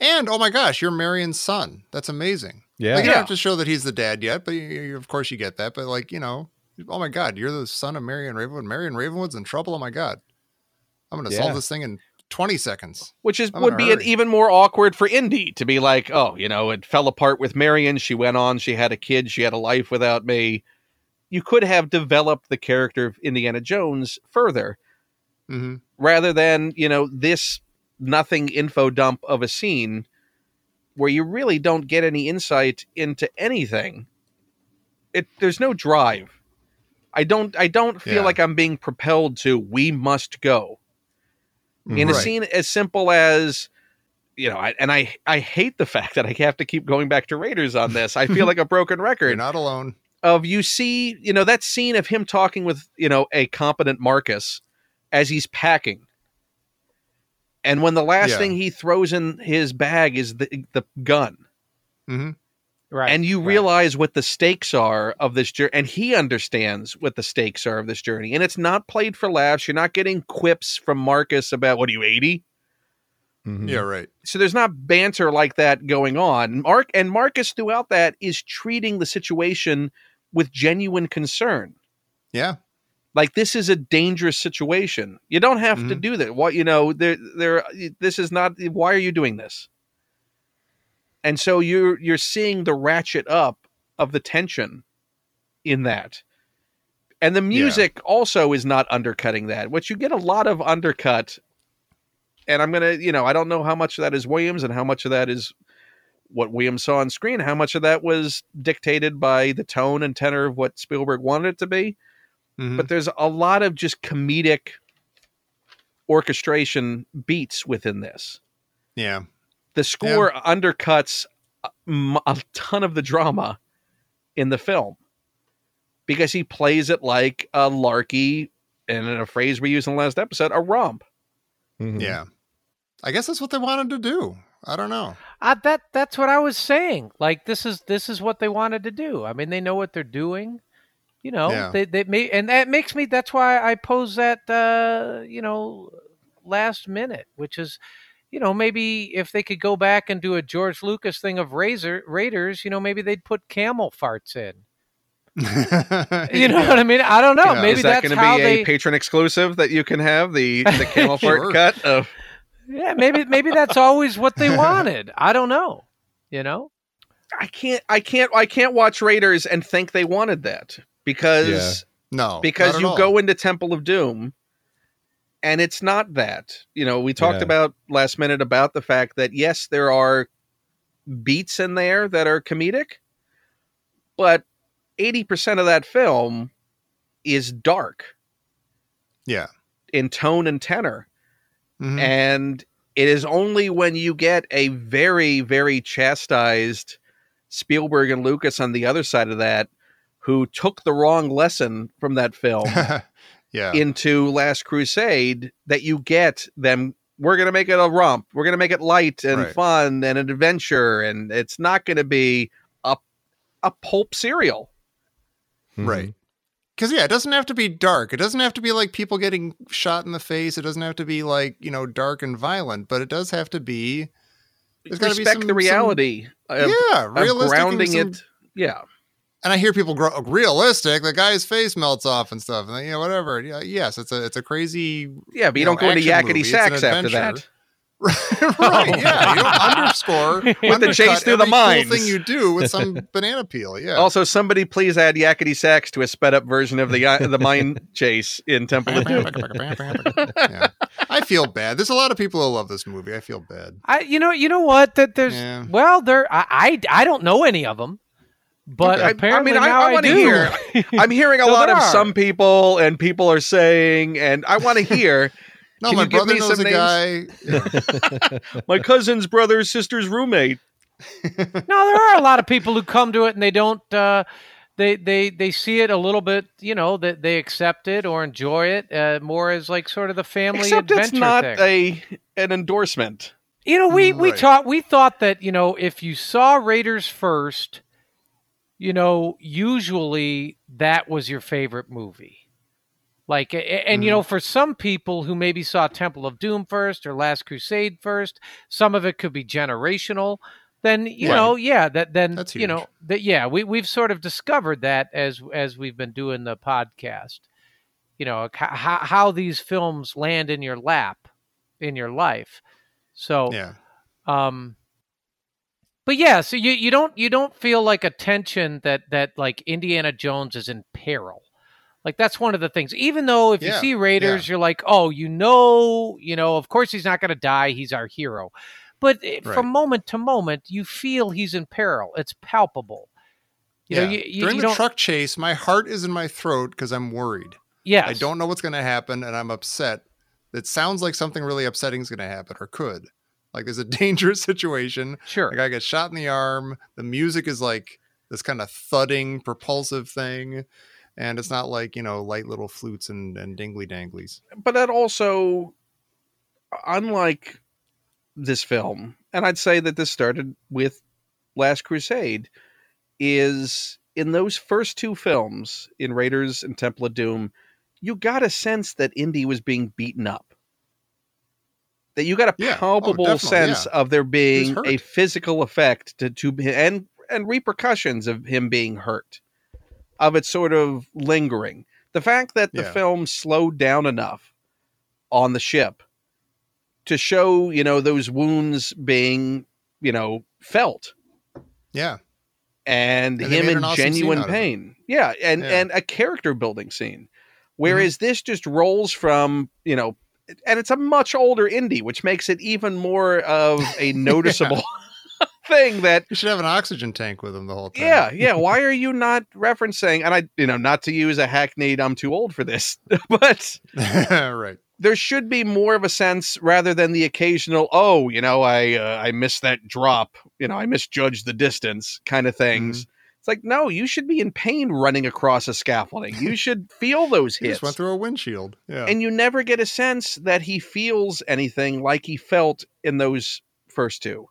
S2: And oh my gosh, you're Marion's son. That's amazing.
S3: Yeah.
S2: Like, you
S6: Yeah.
S2: don't have to show that he's the dad yet, but you, you- of course you get that. But like, you know, oh my God, you're the son of Marion Ravenwood. Marion Ravenwood's in trouble. Oh my God. I'm going to
S3: Yeah.
S2: solve this thing in 20 seconds.
S6: Which is
S2: I'm in
S6: would
S2: a
S6: be an
S2: hurry.
S6: even more awkward for Indy to be like, oh, you know, it fell apart with Marion. She went on, she had a kid, she had a life without me. You could have developed the character of Indiana Jones further
S2: hmm
S6: rather than, you know, this nothing info dump of a scene where you really don't get any insight into anything. It there's no drive. I don't I don't feel
S2: Yeah.
S6: like I'm being propelled to we must go. In a
S4: Mm-hmm.
S2: Right.
S6: scene as simple as you know, I, and I I hate the fact that I have to keep going back to Raiders on this.
S4: <laughs>
S6: I feel like a broken
S2: You're
S6: record
S2: not alone.
S6: of you see, you know, that scene of him talking with, you know, a competent Marcus as he's packing. And when the last
S2: Yeah.
S6: thing he throws in his bag is the, the gun,
S2: hmm
S4: Right.
S6: and you
S4: right.
S6: realize what the stakes are of this journey, and he understands what the stakes are of this journey. And it's not played for laughs. You're not getting quips from Marcus about, what are you, 80?
S3: Mhm.
S2: Yeah, right.
S6: so there's not banter like that going on. Mark and Marcus throughout that is treating the situation with genuine concern.
S2: Yeah.
S6: Like this is a dangerous situation. You don't have to
S2: Mhm.
S6: do that. What you know, there there this is not why are you doing this? And so you're you're seeing the ratchet up of the tension in that. And the music also is not undercutting that, which you get a lot of undercut. And I'm gonna, you know, I don't know how much of that is Williams and how much of that is what Williams saw on screen, how much of that was dictated by the tone and tenor of what Spielberg wanted it to be
S2: Mhm.
S6: but there's a lot of just comedic orchestration beats within this.
S2: yeah.
S6: Mm-hmm. The score undercuts a, m- a ton of the drama in the film because he plays it like a larky, and in a phrase we used in the last episode, a romp.
S3: Mhm.
S2: Yeah. I guess that's what they wanted to do. I don't know. <laughs>
S4: Uh, that that's what I was saying. Like this is this is what they wanted to do. I mean, they know what they're doing. You know,
S2: Yeah.
S4: they they may, and that makes me. That's why I pose that. Uh, you know, last minute, which is, you know, maybe if they could go back and do a George Lucas thing of Razor Raiders, you know, maybe they'd put camel farts
S6: <laughs>
S4: in. You know what I mean? I don't know.
S2: Yeah.
S4: Maybe
S6: Is that
S4: that's
S6: going to
S4: how
S6: be
S4: they.
S6: a patron exclusive that you can have
S4: <laughs>
S6: the the camel fart
S2: Sure.
S6: cut of?
S4: yeah, maybe maybe that's always what
S6: <laughs>
S4: they wanted. I don't know. You know.
S6: I can't, I can't, I can't watch Raiders and think they wanted that because.
S3: Yeah.
S2: No.
S6: because
S2: not at
S6: you
S2: all.
S6: go into Temple of Doom and it's not that. You know, we talked
S3: Yeah.
S6: about last minute about the fact that yes, there are beats in there that are comedic, but 80% of that film is dark
S2: Yeah.
S6: in tone and tenor.
S2: Mhm.
S6: And it is only when you get a very, very chastised Spielberg and Lucas on the other side of that who took the wrong lesson from that film
S2: <laughs> yeah.
S6: into Last Crusade that you get them. We're going to make it a romp. We're going to make it light and
S2: Right.
S6: fun and an adventure, and it's not going to be a a pulp serial.
S3: Mhm.
S2: Right. Because yeah, it doesn't have to be dark. It doesn't have to be like people getting shot in the face. It doesn't have to be like you know dark and violent. But it does have to be. There's got to be
S6: Respect
S2: some
S6: the reality
S2: Some,
S6: of,
S2: yeah,
S6: of
S2: realistic and
S6: grounding
S2: some-
S6: it. Yeah,
S2: And I hear people grow realistic. The guy's face melts off and stuff, and then, you know whatever. Yeah, yes, it's a it's a
S6: <laughs>
S2: crazy
S6: yeah, but you,
S2: You
S6: don't
S2: know,
S6: go into
S2: action
S6: yakety
S2: movie, it's an
S6: sacks after that.
S2: adventure. right. Yeah, you don't
S6: <laughs>
S2: underscore
S6: With the chase
S2: undercut
S6: through
S2: every
S6: the
S2: cool
S6: mines.
S2: thing you do with
S6: <laughs>
S2: some banana peel. Yeah.
S6: Also, somebody please add yakety sacks to a sped up version of the ya-
S2: <laughs>
S6: the mine chase in Temple of Doom.
S2: <laughs> yeah. I feel bad. There's a lot of people who love this movie. I feel bad.
S4: I you know you know what that there's
S2: Yeah.
S4: well there I, I I don't know any of them, but
S2: Okay. I- I
S4: apparently
S6: mean, I-
S4: now
S6: I
S4: I,
S6: wanna
S4: do. <laughs>
S6: hear. I'm hearing a
S4: No,
S6: lot
S4: there
S6: of
S4: are.
S6: some people, and people are saying, and I
S2: <laughs>
S6: want to hear.
S2: No,
S6: Can
S2: my
S6: you give
S2: brother
S6: me
S2: knows
S6: some
S2: a guy.
S6: my cousin's brother's sister's roommate.
S4: No, there are a lot of people who come to it and they don't uh, they they they see it a little bit, you know, that they accept it or enjoy it uh, more as like sort of the family
S6: Except
S4: adventure
S6: it's not
S4: thing.
S6: a an endorsement.
S4: You know, we we
S2: Right.
S4: taught we thought that you know if you saw Raiders first, you know, usually that was your favorite movie. Like, a- a- and you
S2: Mm-hmm.
S4: know, for some people who maybe saw Temple of Doom first or Last Crusade first, some of it could be generational. Then you
S2: Right.
S4: know, yeah, that then
S2: That's
S4: you know
S2: huge.
S4: that yeah, we we've sort of discovered that as as we've been doing the podcast. You know, h- how how these films land in your lap, in your life.
S6: Oh.
S4: So
S2: Yeah.
S4: um but yeah so you you don't you don't feel like a tension that that like indiana jones is in peril like that's one of the things even though if
S2: Yeah,
S4: you see raiders you're like oh you know you know of course he's not going to die he's our hero but eh,
S2: Right.
S4: from moment to moment you feel he's in peril it's palpable you
S2: yeah.
S4: know you, you,
S2: During
S4: you
S2: the
S4: don't
S2: truck chase, my heart is in my throat because I'm worried.
S4: yes.
S2: I don't know what's going to happen, and I'm upset. It sounds like something really upsetting is going to happen or could. Like there's a <laughs> dangerous situation.
S4: sure
S2: A guy gets shot in the arm. The music is like this kind of thudding, propulsive thing. And it's not like, you know, light little flutes and, and dingly danglies.
S6: but that also unlike this film and i'd say that this started with last crusade is in those first two films in raiders and temple of doom you got a sense that indy was being beaten up that you got a
S2: Yeah. Oh,
S6: palpable
S2: definitely,
S6: sense of there being
S2: hurt.
S6: a physical effect to, to and and repercussions of him being hurt of it sort of lingering the fact that the
S2: Yeah.
S6: film slowed down enough on the ship to show you know those wounds being you know felt
S2: Yeah.
S6: and,
S2: And they
S6: him
S2: made
S6: in
S2: an awesome scene
S6: genuine
S2: out of it.
S6: pain yeah and
S2: Yeah. Mm-hmm.
S6: and a character building scene whereas this just rolls from you know and it's a much older indie which makes it even more of
S2: <laughs>
S6: a noticeable <laughs> thing that
S2: You should have an oxygen tank with him the whole time.
S6: yeah, yeah. Why are you not referencing? And I, you know, not to use a hackneyed, I'm too old for this, <laughs> but
S2: Yeah. <laughs> right.
S6: there should be more of a sense rather than the occasional, oh, you know, I, uh, I missed that drop, you know, I misjudged the distance kind of things.
S2: Mm-hmm.
S6: It's like, no, you should be in pain running across a scaffolding. You should feel those
S2: He
S6: hits.
S2: just went through a windshield. Yeah.
S6: And you never get a sense that he feels anything like he felt in those first two.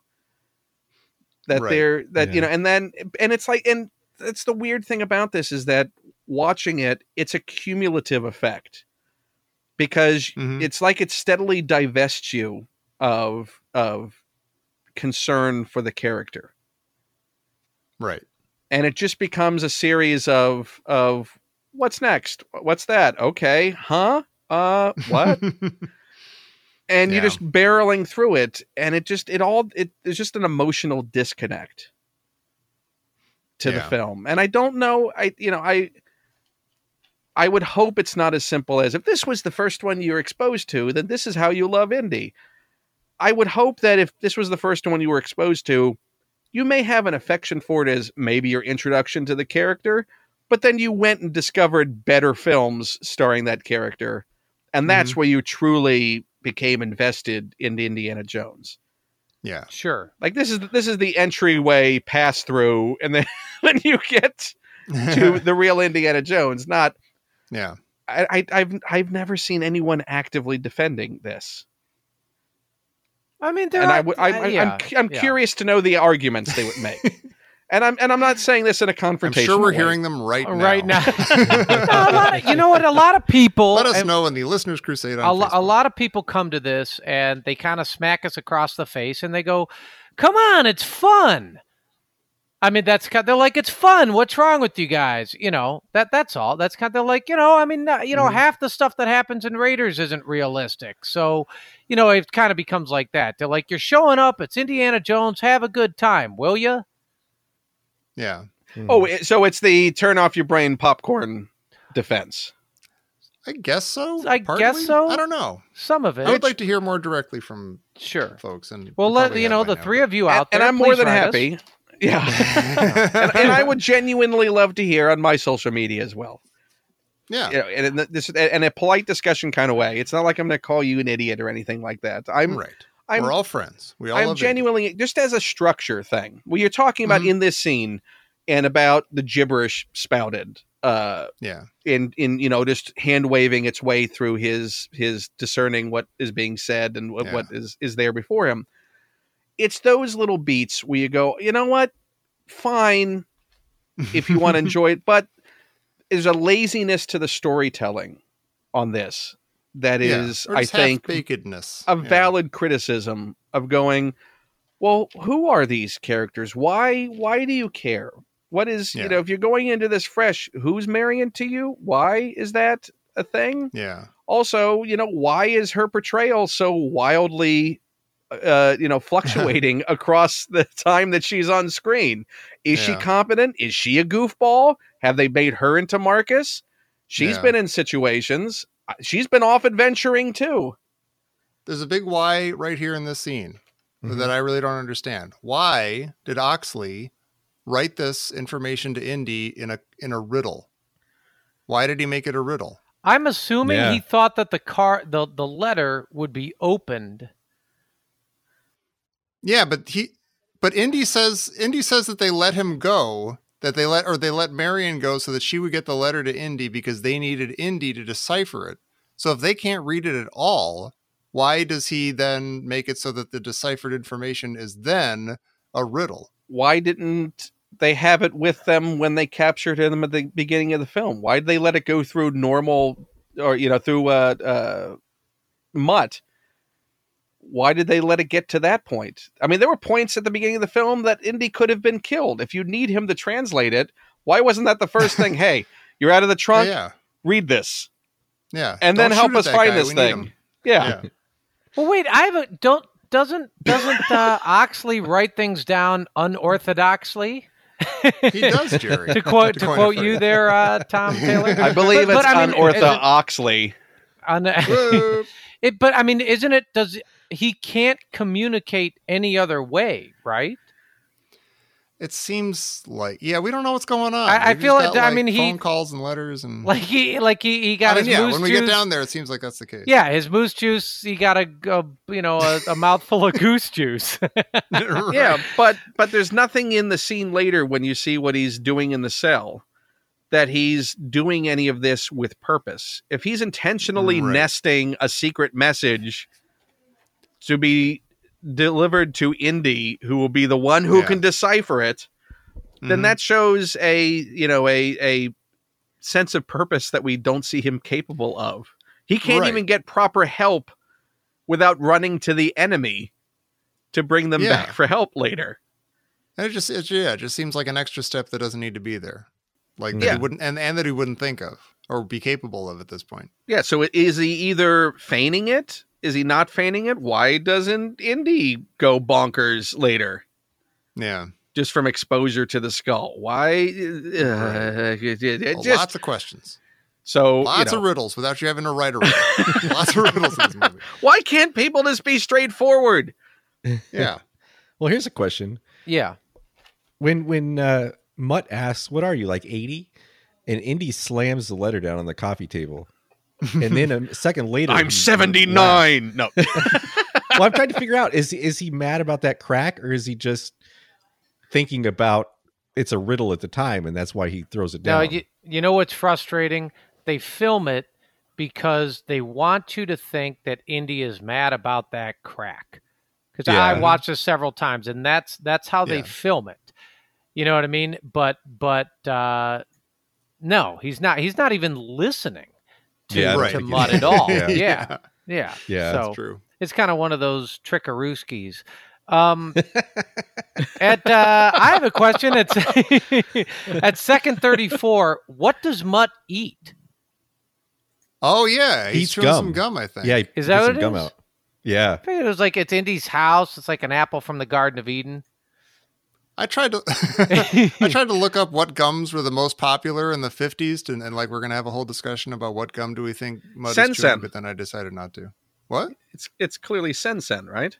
S6: That
S2: Right.
S6: they're that you
S3: Yeah.
S6: know, and then and it's like and that's the weird thing about this is that watching it, it's a cumulative effect. Because
S2: Mhm.
S6: it's like it steadily divests you of of concern for the character
S2: Right.
S6: and it just becomes a series of of what's next what's that okay huh uh
S2: <laughs>
S6: what and you're
S2: Yeah.
S6: just barreling through it and it just it all it, it's just an emotional disconnect to the
S2: Yeah.
S6: film and i don't know i you know i i would hope it's not as simple as if this was the first one you were exposed to then this is how you love indie i would hope that if this was the first one you were exposed to you may have an affection for it as maybe your introduction to the character but then you went and discovered better films starring that character and that's where you truly became invested in the Indiana Jones.
S2: Yeah.
S4: sure
S6: Like this is this is the entryway pass through, and then <laughs> when you get
S2: <laughs>
S6: to the real Indiana Jones, not
S2: yeah.
S6: I, I I've I've never seen anyone actively defending this,
S4: i mean there
S6: and
S4: are,
S6: I would I,
S4: uh,
S6: I,
S4: yeah,
S6: I'm cu- I'm
S4: yeah.
S6: curious to know the arguments they would make, and I'm and I'm not saying this in a
S2: I'm
S6: confrontation.
S2: sure we're hearing them right now.
S4: Uh, right
S2: <laughs>
S4: now, <laughs> No, a lot of- you know what a lot of people
S2: Let us
S4: and-
S2: know in the listeners' crusade on
S4: a, lo- a
S2: Facebook.
S4: lot of people come to this and they kind of smack us across the face and they go, "Come on, it's fun." I mean, that's kind. They're like, "It's fun. What's wrong with you guys?" You know that that's all. That's kind. They're like, you know, I mean, uh, you know,
S2: Mm-hmm.
S4: half the stuff that happens in Raiders isn't realistic. So, you know, it kind of becomes like that. They're like, "You're showing up. It's Indiana Jones. Have a good time, will you?"
S2: Yeah.
S3: Mm-hmm.
S6: Oh, it- so it's the turn off your brain popcorn defense.
S2: I guess so.
S4: I
S2: partly?
S4: guess so.
S2: I don't know.
S4: Some of it,
S2: I would like to hear more directly from
S4: sure.
S2: folks. And
S4: Well,
S2: we
S4: let
S2: probably
S4: you
S2: have
S4: know
S2: by
S4: the
S2: now,
S4: three of you
S6: And-
S4: out there,
S6: and I'm more
S4: please
S6: than
S4: write us.
S6: happy.
S4: <laughs>
S6: Yeah.
S2: but- <laughs>
S6: and, and I would genuinely love to hear on my social media as well.
S2: yeah.
S6: You know, and in the- this and in a polite discussion kind of way. It's not like I'm going to call you an idiot or anything like that. I'm
S2: right.
S6: I'm
S2: We're all friends. We all
S6: I'm
S2: love it.
S6: genuinely just as a structure thing. When you're talking about
S2: Mhm.
S6: in this scene, and about the gibberish spouted uh,
S2: Yeah.
S6: in in you know just hand waving its way through his his discerning what is being said and what,
S2: Yeah.
S6: what is is there before him it's those little beats where you go you know what fine if you want to enjoy it but there's a laziness to the storytelling on this
S2: <laughs>
S6: that
S2: Yeah,
S6: is
S2: or
S6: i
S2: just
S6: think
S2: half-bakedness.
S6: a
S2: Yeah.
S6: valid criticism of going well who are these characters why why do you care what is
S2: Yeah.
S6: you know if you're going into this fresh who's marrying to you why is that a thing
S2: Yeah.
S6: also you know why is her portrayal so wildly uh
S2: <laughs>
S6: you know fluctuating across the time that she's on screen is she
S2: Yeah.
S6: competent is she a goofball have they made her into marcus She's
S2: Yeah.
S6: been in situations Uh, she's been off adventuring too
S2: There's a big why right here in this scene
S3: Mhm.
S2: that I really don't understand. Why did Oxley write this information to Indy in a in a riddle? Why did he make it a riddle?
S4: I'm assuming
S3: Yeah.
S4: he thought that the car the the letter would be opened.
S2: Yeah, but he but Indy says Indy says that they let him go, that they let or they let Marion go so that she would get the letter to Indy because they needed Indy to decipher it. So if they can't read it at all, why does he then make it so that the deciphered information is then a riddle?
S6: why didn't they have it with them when they captured them at the beginning of the film? Why did they let it go through normal or you know through uh, uh, Mutt? Why did they let it get to that point? I mean, there were points at the beginning of the film that Indy could have been killed. If you need him to translate it, why wasn't that the
S2: <laughs>
S6: first thing? hey, you're out of the trunk.
S2: yeah.
S6: Read this,
S2: Yeah.
S6: and
S2: Don't
S6: then help
S2: shoot at
S6: us
S2: that
S6: find
S2: guy,
S6: this
S2: we need
S6: thing.
S2: him.
S6: Yeah.
S2: Yeah.
S4: Well, wait, I have a don't doesn't doesn't <laughs> uh, Oxley write things down unorthodoxly?
S2: He does, Jerry.
S4: <laughs> To quote to,
S2: coin a
S4: quote
S2: phrase.
S4: you there, uh,
S2: <laughs>
S4: Tom Taylor.
S6: I believe
S4: But- but
S6: it's
S4: I mean, it- it-
S6: unorthodoxly.
S4: On the-
S2: Whoop.
S4: <laughs> it, but I mean, isn't it? Does he can't communicate any other way, right?
S2: it seems like yeah, we don't know what's going on.
S4: I- I
S2: We've just
S4: feel it-
S2: got,
S4: I mean, he-
S2: phone calls and letters and
S4: Like he like he, he
S2: I
S4: got
S2: mean,
S4: his
S2: yeah.
S4: moose
S2: When we
S4: juice.
S2: get down there, it seems like that's the case.
S4: yeah, his moose juice. He got a, a you know a, a mouthful of goose juice.
S2: <laughs> <laughs> Right.
S6: yeah but but there's nothing in the scene later when you see what he's doing in the cell that he's doing any of this with purpose if he's intentionally
S2: Right.
S6: nesting a secret message to be delivered to indy who will be the one who
S2: Yeah.
S6: can decipher it then
S2: Mhm.
S6: that shows a you know a a sense of purpose that we don't see him capable of he can't
S2: Right.
S6: even get proper help without running to the enemy to bring them
S2: Yeah.
S6: back for help later Mm-hmm.
S2: And it just it, yeah, it just seems like an extra step that doesn't need to be there. Like that
S6: Yeah.
S2: he wouldn't and, and that he wouldn't think of or be capable of at this point.
S6: Yeah, so i- is he either feigning it? Is he not feigning it? Why doesn't Indy go bonkers later
S2: Yeah.
S6: just from exposure to the skull? Why?
S2: <laughs>
S6: Uh, it- it- it
S2: Well,
S6: just
S2: lots of questions.
S6: so you
S2: Lots
S6: know,
S2: of riddles without you having to write a riddle.
S6: <laughs>
S2: lots of riddles in this movie.
S6: why can't people just be straightforward?
S2: Yeah.
S3: Well, here's a question:
S4: <laughs> yeah,
S3: When when uh, Mutt asks, "What are you like 80?" and Indy slams the letter down on the coffee table, and then a second later,
S6: I'm
S3: he- he
S6: 79. No,
S3: well, I'm trying to figure out is is he mad about that crack or is he just thinking about it's a riddle at the time and that's why he throws it
S4: Now,
S3: down?
S4: you, you know what's frustrating? They film it because they want you to think that Indy is mad about that crack. Because I
S3: Yeah.
S4: watched this several times, and that's that's how they
S2: Yeah.
S4: film it. You know what I mean? But but uh, no, he's not. He's not even listening to,
S3: Yeah, I don't
S4: to
S3: think he
S4: Mutt
S3: is.
S4: at all.
S3: <laughs> Yeah.
S4: yeah. yeah,
S2: <laughs> yeah.
S3: Yeah,
S4: So
S3: that's
S6: Oh.
S2: That's true.
S4: it's kind of one of those trickarooskies. Um, at uh, I have a question. It's <laughs> at second thirty-four. What does Mutt eat?
S2: Oh yeah. He's
S3: He's
S2: chewing some
S3: gum.
S2: gum, I think.
S3: yeah, he
S4: Is
S3: puts
S4: that what
S3: some
S4: it
S3: gum
S4: is?
S3: out. Yeah.
S4: I figured it was like it's Indy's house. It's like an apple from the Garden of Eden.
S2: <laughs> I tried to <laughs> I tried to look up what gums were the most popular in the 50s, and, and like we're gonna have a whole discussion about what gum do we think mud is chewing,
S6: Sensen.
S2: but then I decided not to. What?
S6: it's it's clearly Sensen, right?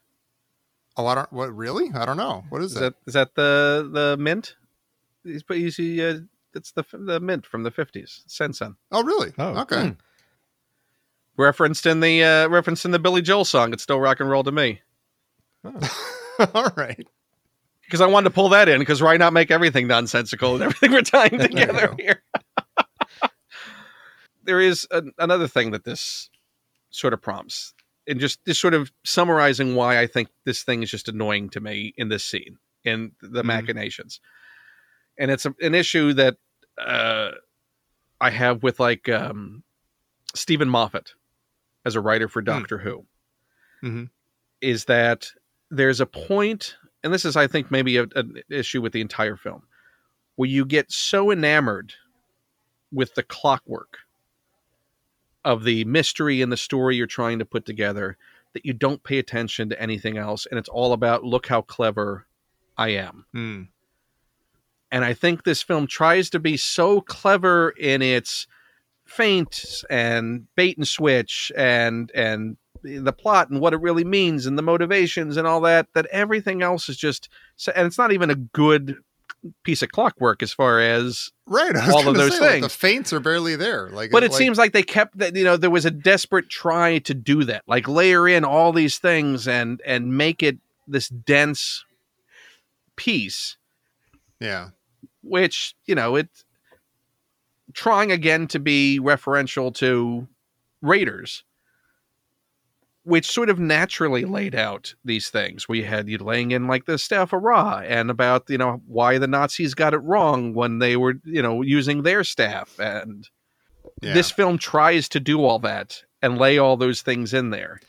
S2: Oh, I don't. What really? I don't know. What is,
S6: Is
S2: that?
S6: that is that the the mint? He's but you see, uh, it's the the mint from the 50s, Sensen.
S2: Oh, really?
S3: Oh,
S2: okay. <laughs>
S3: hmm.
S6: Referenced in the uh, referenced in the Billy Joel song. It's still rock and roll to me.
S2: All right.
S6: because I wanted to pull that in because why not make everything nonsensical and everything we're tying together here? <laughs> there is an another thing that this sort of prompts, and just just sort of summarizing why I think this thing is just annoying to me in this scene in the
S2: Mhm.
S6: machinations, and it's a, an issue that uh, I have with like um, Stephen Moffat as a writer for Doctor Who
S2: Mhm.
S6: is that there's a point, and this is, I think, maybe a, an issue with the entire film, where you get so enamored with the clockwork of the mystery and the story you're trying to put together that you don't pay attention to anything else. And it's all about, look how clever I am.
S2: Hmm.
S6: And I think this film tries to be so clever in its feints and bait and switch and and the plot and what it really means and the motivations and all that that everything else is just so- and it's not even a good piece of clockwork as far as
S2: Right. I was
S6: All of
S2: gonna
S6: those
S2: say, like, the
S6: things.
S2: feints are barely there. Like, uh,
S6: but it
S2: like-
S6: seems like they kept that you know there was a desperate try to do that like layer in all these things and and make it this dense piece
S2: yeah,
S6: which you know it trying again to be referential to raiders which sort of naturally laid out these things we had you laying in like the staff of ra and about you know why the nazis got it wrong when they were you know using their staff and
S2: yeah,
S6: this film tries to do all that and lay all those things in there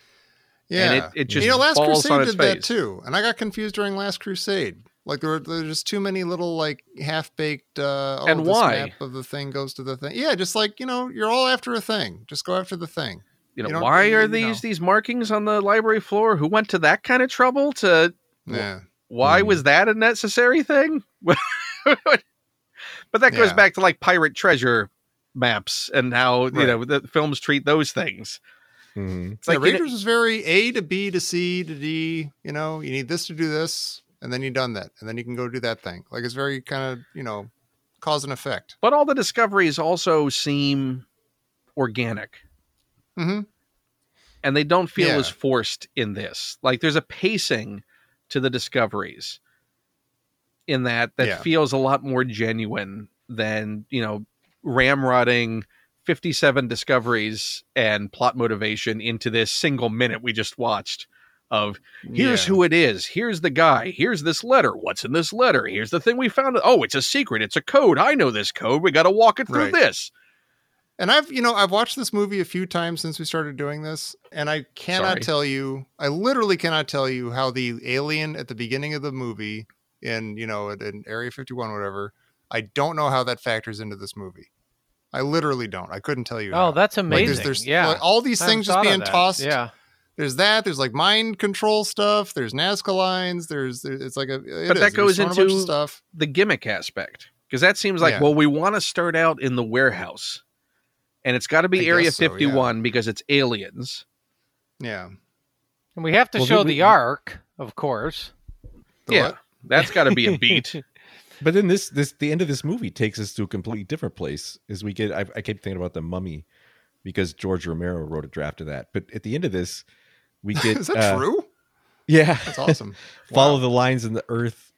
S2: yeah.
S6: and it, it just
S2: you know, Last
S6: falls
S2: Crusade
S6: on its
S2: did that
S6: face.
S2: too, and I got confused during Last Crusade. Like there were there's just too many little like half baked. Uh, oh,
S6: And
S2: this
S6: why?
S2: map of the thing goes to the thing? Yeah, just like you know, you're all after a thing. Just go after the thing.
S6: you know
S2: You don't-
S6: why
S2: you
S6: are
S2: know.
S6: these these markings on the library floor who went to that kind of trouble to Well,
S2: Yeah,
S6: why
S3: Hmm.
S6: was that a necessary thing? <laughs> but that goes
S2: Yeah.
S6: back to like pirate treasure maps and how you
S2: Right.
S6: know the films treat those things.
S3: Mhm.
S6: It's
S2: yeah
S6: like you know-
S2: Raiders is very A to B to C to D. You know, you need this to do this, and then you've done that, and then you can go do that thing. Like it's very kind of you know, cause and effect.
S6: but all the discoveries also seem organic
S2: hmm
S6: and they don't feel
S2: Yeah.
S6: as forced in this. Like there's a pacing to the discoveries in that that
S2: Yeah.
S6: feels a lot more genuine than, you know, ramrodding 57 discoveries and plot motivation into this single minute we just watched of here's who it is here's the guy here's this letter what's in this letter here's the thing we found oh it's a secret it's a code i know this code we got to walk it through
S2: Right.
S6: this
S2: And I've, you know, I've watched this movie a few times since we started doing this, and I cannot
S6: Sorry.
S2: tell you, I literally cannot tell you how the alien at the beginning of the movie in, you know, in- in Area 51, whatever, I don't know how that factors into this movie. I literally don't. I couldn't tell you. how.
S4: Oh, that's amazing.
S2: Like, there's, there's
S4: yeah.
S2: like, all these
S4: I haven't
S2: things
S4: thought
S2: just
S4: of
S2: being
S4: that.
S2: tossed.
S4: Yeah.
S2: There's that. There's like mind control stuff. There's Nazca lines. There's, there, it's like a. it
S6: But that
S2: is, there's
S6: goes
S2: thrown a bunch of
S6: into-
S2: stuff.
S6: the gimmick aspect because that seems like
S2: Yeah.
S6: well we want to start out in the warehouse and it's got to
S2: I
S6: be area
S2: guess so, yeah.
S6: 51 because it's aliens
S2: Yeah.
S4: And we have to
S3: Well,
S4: show
S3: we-
S4: the arc, of course.
S2: The
S6: yeah
S2: what? <laughs>
S6: that's got to be a beat
S3: But then this this the end of this movie takes us to a completely different place. Is we get I, I keep thinking about the mummy because George Romero wrote a draft of that. But at the end of this,
S2: <laughs>
S3: we get
S2: Is that
S3: uh,
S2: true?
S3: <laughs> Yeah,
S2: That's awesome.
S3: <laughs> follow
S2: Wow.
S3: the lines in the earth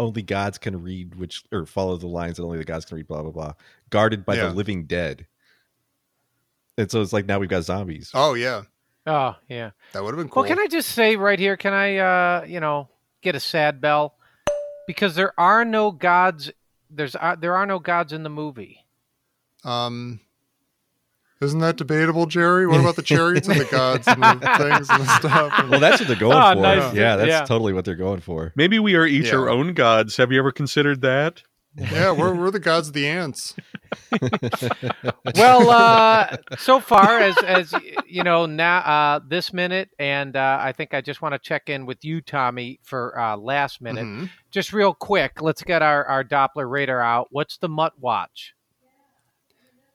S3: only gods can read which or follow the lines that only the gods can read blah blah blah guarded by
S2: Yeah.
S3: the living dead and so it's like now we've got zombies
S2: Oh, yeah.
S4: Oh, yeah.
S2: That would have been cool.
S4: Well, can I just say right here, can I, uh, you know, get a sad bell? Because there are no gods. There's uh, there are no gods in the movie.
S2: Um, isn't that debatable, Jerry? What about the chariots and the gods and the things and the stuff? And-
S3: <laughs> well that's what they're going
S4: <laughs> Ah,
S3: for
S4: nice.
S3: yeah that's
S4: Yeah.
S3: totally what they're going for
S6: maybe we are each
S2: Yeah. our
S6: own gods have you ever considered that
S2: yeah, we're, we're the gods of the ants.
S4: Well, uh, so far as as you know now uh, this minute, and uh, I think I just want to check in with you, Tommy, for uh, last minute,
S2: Mhm.
S4: just real quick. Let's get our our Doppler radar out. What's the mutt watch?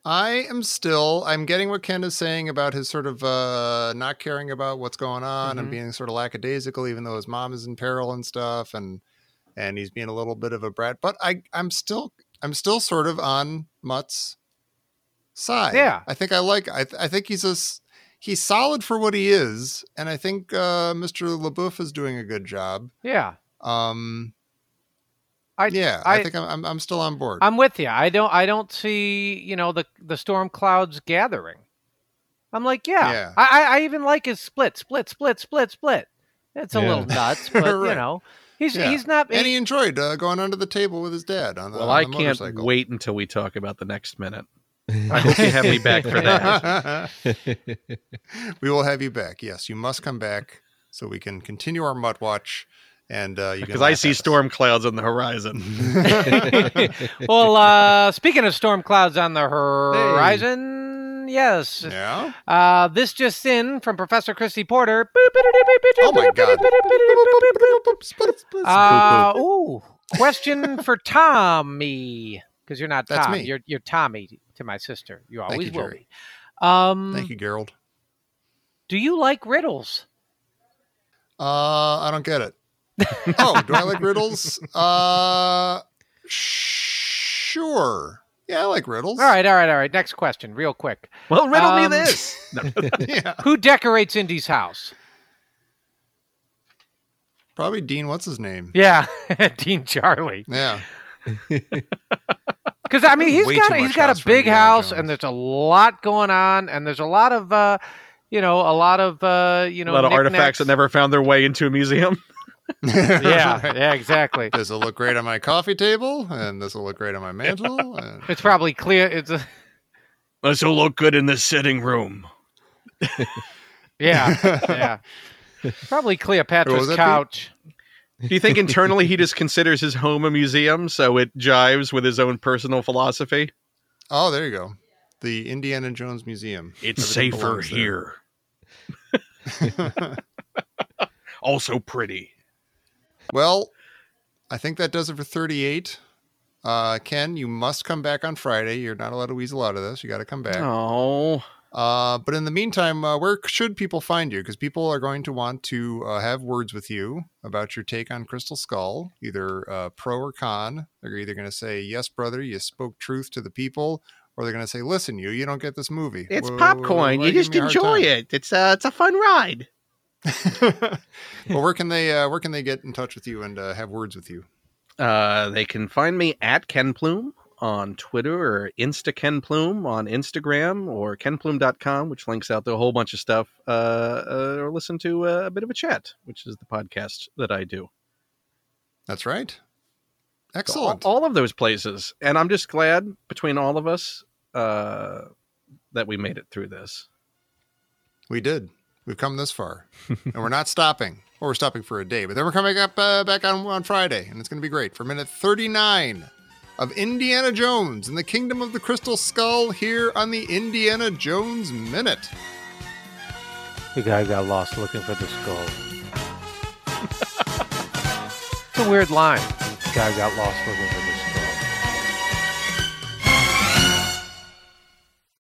S2: I am still. I'm getting what Ken is saying about his sort of uh, not caring about what's going on and
S4: Mhm.
S2: being sort of lackadaisical, even though his mom is in peril and stuff, and and he's being a little bit of a brat. But I, I'm still, I'm still sort of on Mutt's side.
S4: Yeah.
S2: I think I like. I, th- I think he's a, s- he's solid for what he is, and I think uh, Mr. LaBeouf is doing a good job.
S4: Yeah,
S2: Um,
S4: I
S2: yeah, I,
S4: I,
S2: think I'm, I'm I'm still on board.
S4: I'm with you. I don't I don't see, you know, the the storm clouds gathering. I'm like, yeah.
S2: Yeah.
S4: I, I I even like his split, split, split, split, split. It's a
S3: Yeah.
S4: little nuts, but you
S2: <laughs> Right.
S4: know, he's
S2: Yeah.
S4: he's not
S2: and he enjoyed uh, going under the table with his dad on the,
S6: Well,
S2: on
S6: I
S2: the
S6: can't
S2: Uh, motorcycle.
S6: wait until we talk about the
S2: <laughs>
S6: next minute. I hope you
S3: <laughs>
S6: have me back for that. <laughs>
S2: we will have you back. Yes, you must come back so we can continue our mud watch. And uh, you can
S6: Because I
S2: laugh at
S6: see
S2: us.
S6: storm <laughs> clouds on the horizon.
S4: <laughs> well, uh, speaking of storm clouds on the horizon, yes.
S2: <laughs> Yeah.
S4: Uh, this just in from Professor Christy Porter.
S2: Oh my God.
S4: Uh, ooh, question
S2: <laughs>
S4: for Tommy because you're not
S2: That's
S4: Tom.
S2: me.
S4: You're you're Tommy to my sister. You
S2: Thank
S4: always
S2: you,
S4: will
S2: Jerry.
S4: be. Um,
S2: Thank you, Gerald.
S4: Do you like riddles?
S2: Uh, I don't
S6: <laughs>
S2: get it. oh, do I like riddles? Uh, sure. Yeah, I like riddles.
S4: All right, all right, all right. Next question, real quick.
S6: Well, riddle me
S4: Um,
S6: this.
S2: <laughs> Yeah.
S4: Who decorates Indy's house?
S2: Probably Dean. What's his name?
S4: Yeah, <laughs> Dean Charlie.
S2: Yeah.
S6: <laughs>
S4: Because I mean, he's
S2: Way
S4: got
S2: too
S4: a- he's
S2: much
S4: got
S2: house
S4: a
S2: for
S4: big
S2: Indiana
S4: house,
S2: Jones.
S4: and there's a lot going on, and there's a lot of, uh, you know, a lot of, uh, you know,
S6: a lot of artifacts that
S4: knickknacks.
S6: never found their way into a museum.
S4: <laughs>
S2: <laughs>
S6: <laughs>
S4: yeah, yeah, exactly.
S2: This will look great on my coffee table, and this will look great on my mantle. and-
S4: It's probably clear. It's uh, a,
S5: This will look good in this sitting room.
S4: yeah,
S6: <laughs>
S4: yeah. Probably
S2: was
S4: Cleopatra's
S2: that, Pete?
S4: couch.
S6: Do you think internally he just considers his home a museum, so it jives with his own personal philosophy?
S2: Oh, there you go. The Indiana Jones Museum.
S5: It's
S2: Everything
S5: safer
S2: belongs there.
S5: here.
S2: <laughs>
S5: also pretty.
S2: Well, I think that does it for 38. Uh, Ken, you must come back on Friday. You're not allowed to weasel out of this. You got to come back.
S6: Oh,
S2: Uh, but in the meantime, uh, where should people find you? Because people are going to want to uh, have words with you about your take on Crystal Skull, either uh, pro or con. They're either going to say, "Yes, brother, you spoke truth to the people," or they're going to say, "Listen, you, you don't get this movie.
S6: it's
S2: Whoa, whoa, whoa,
S6: popcorn.
S2: why
S6: You
S2: are
S6: just
S2: giving me a hard
S6: enjoy
S2: time?"
S6: it. It's a it's a fun ride.
S2: <laughs>
S6: <laughs>
S2: well, where can they uh, where can they get in touch with you and uh, have words with you?
S6: Uh, they can find me at Ken Plume on Twitter or Insta Ken Plume on Instagram or kenplume.com, which links out to a whole bunch of stuff, uh, uh, or listen to uh, a bit of a chat, which is the podcast that I do.
S2: That's right.
S6: So all-
S2: Excellent.
S6: All, of those places. And I'm just glad between all of us uh, that we made it through this.
S2: We did. We've come this far, and we're not stopping. Or we're stopping for a day, but then we're coming up uh, back on on Friday, and it's going to be great for minute 39 of Indiana Jones and the Kingdom of the Crystal Skull here on the Indiana Jones Minute.
S4: The guy got lost looking for the skull. it's a weird line. The guy got lost looking for the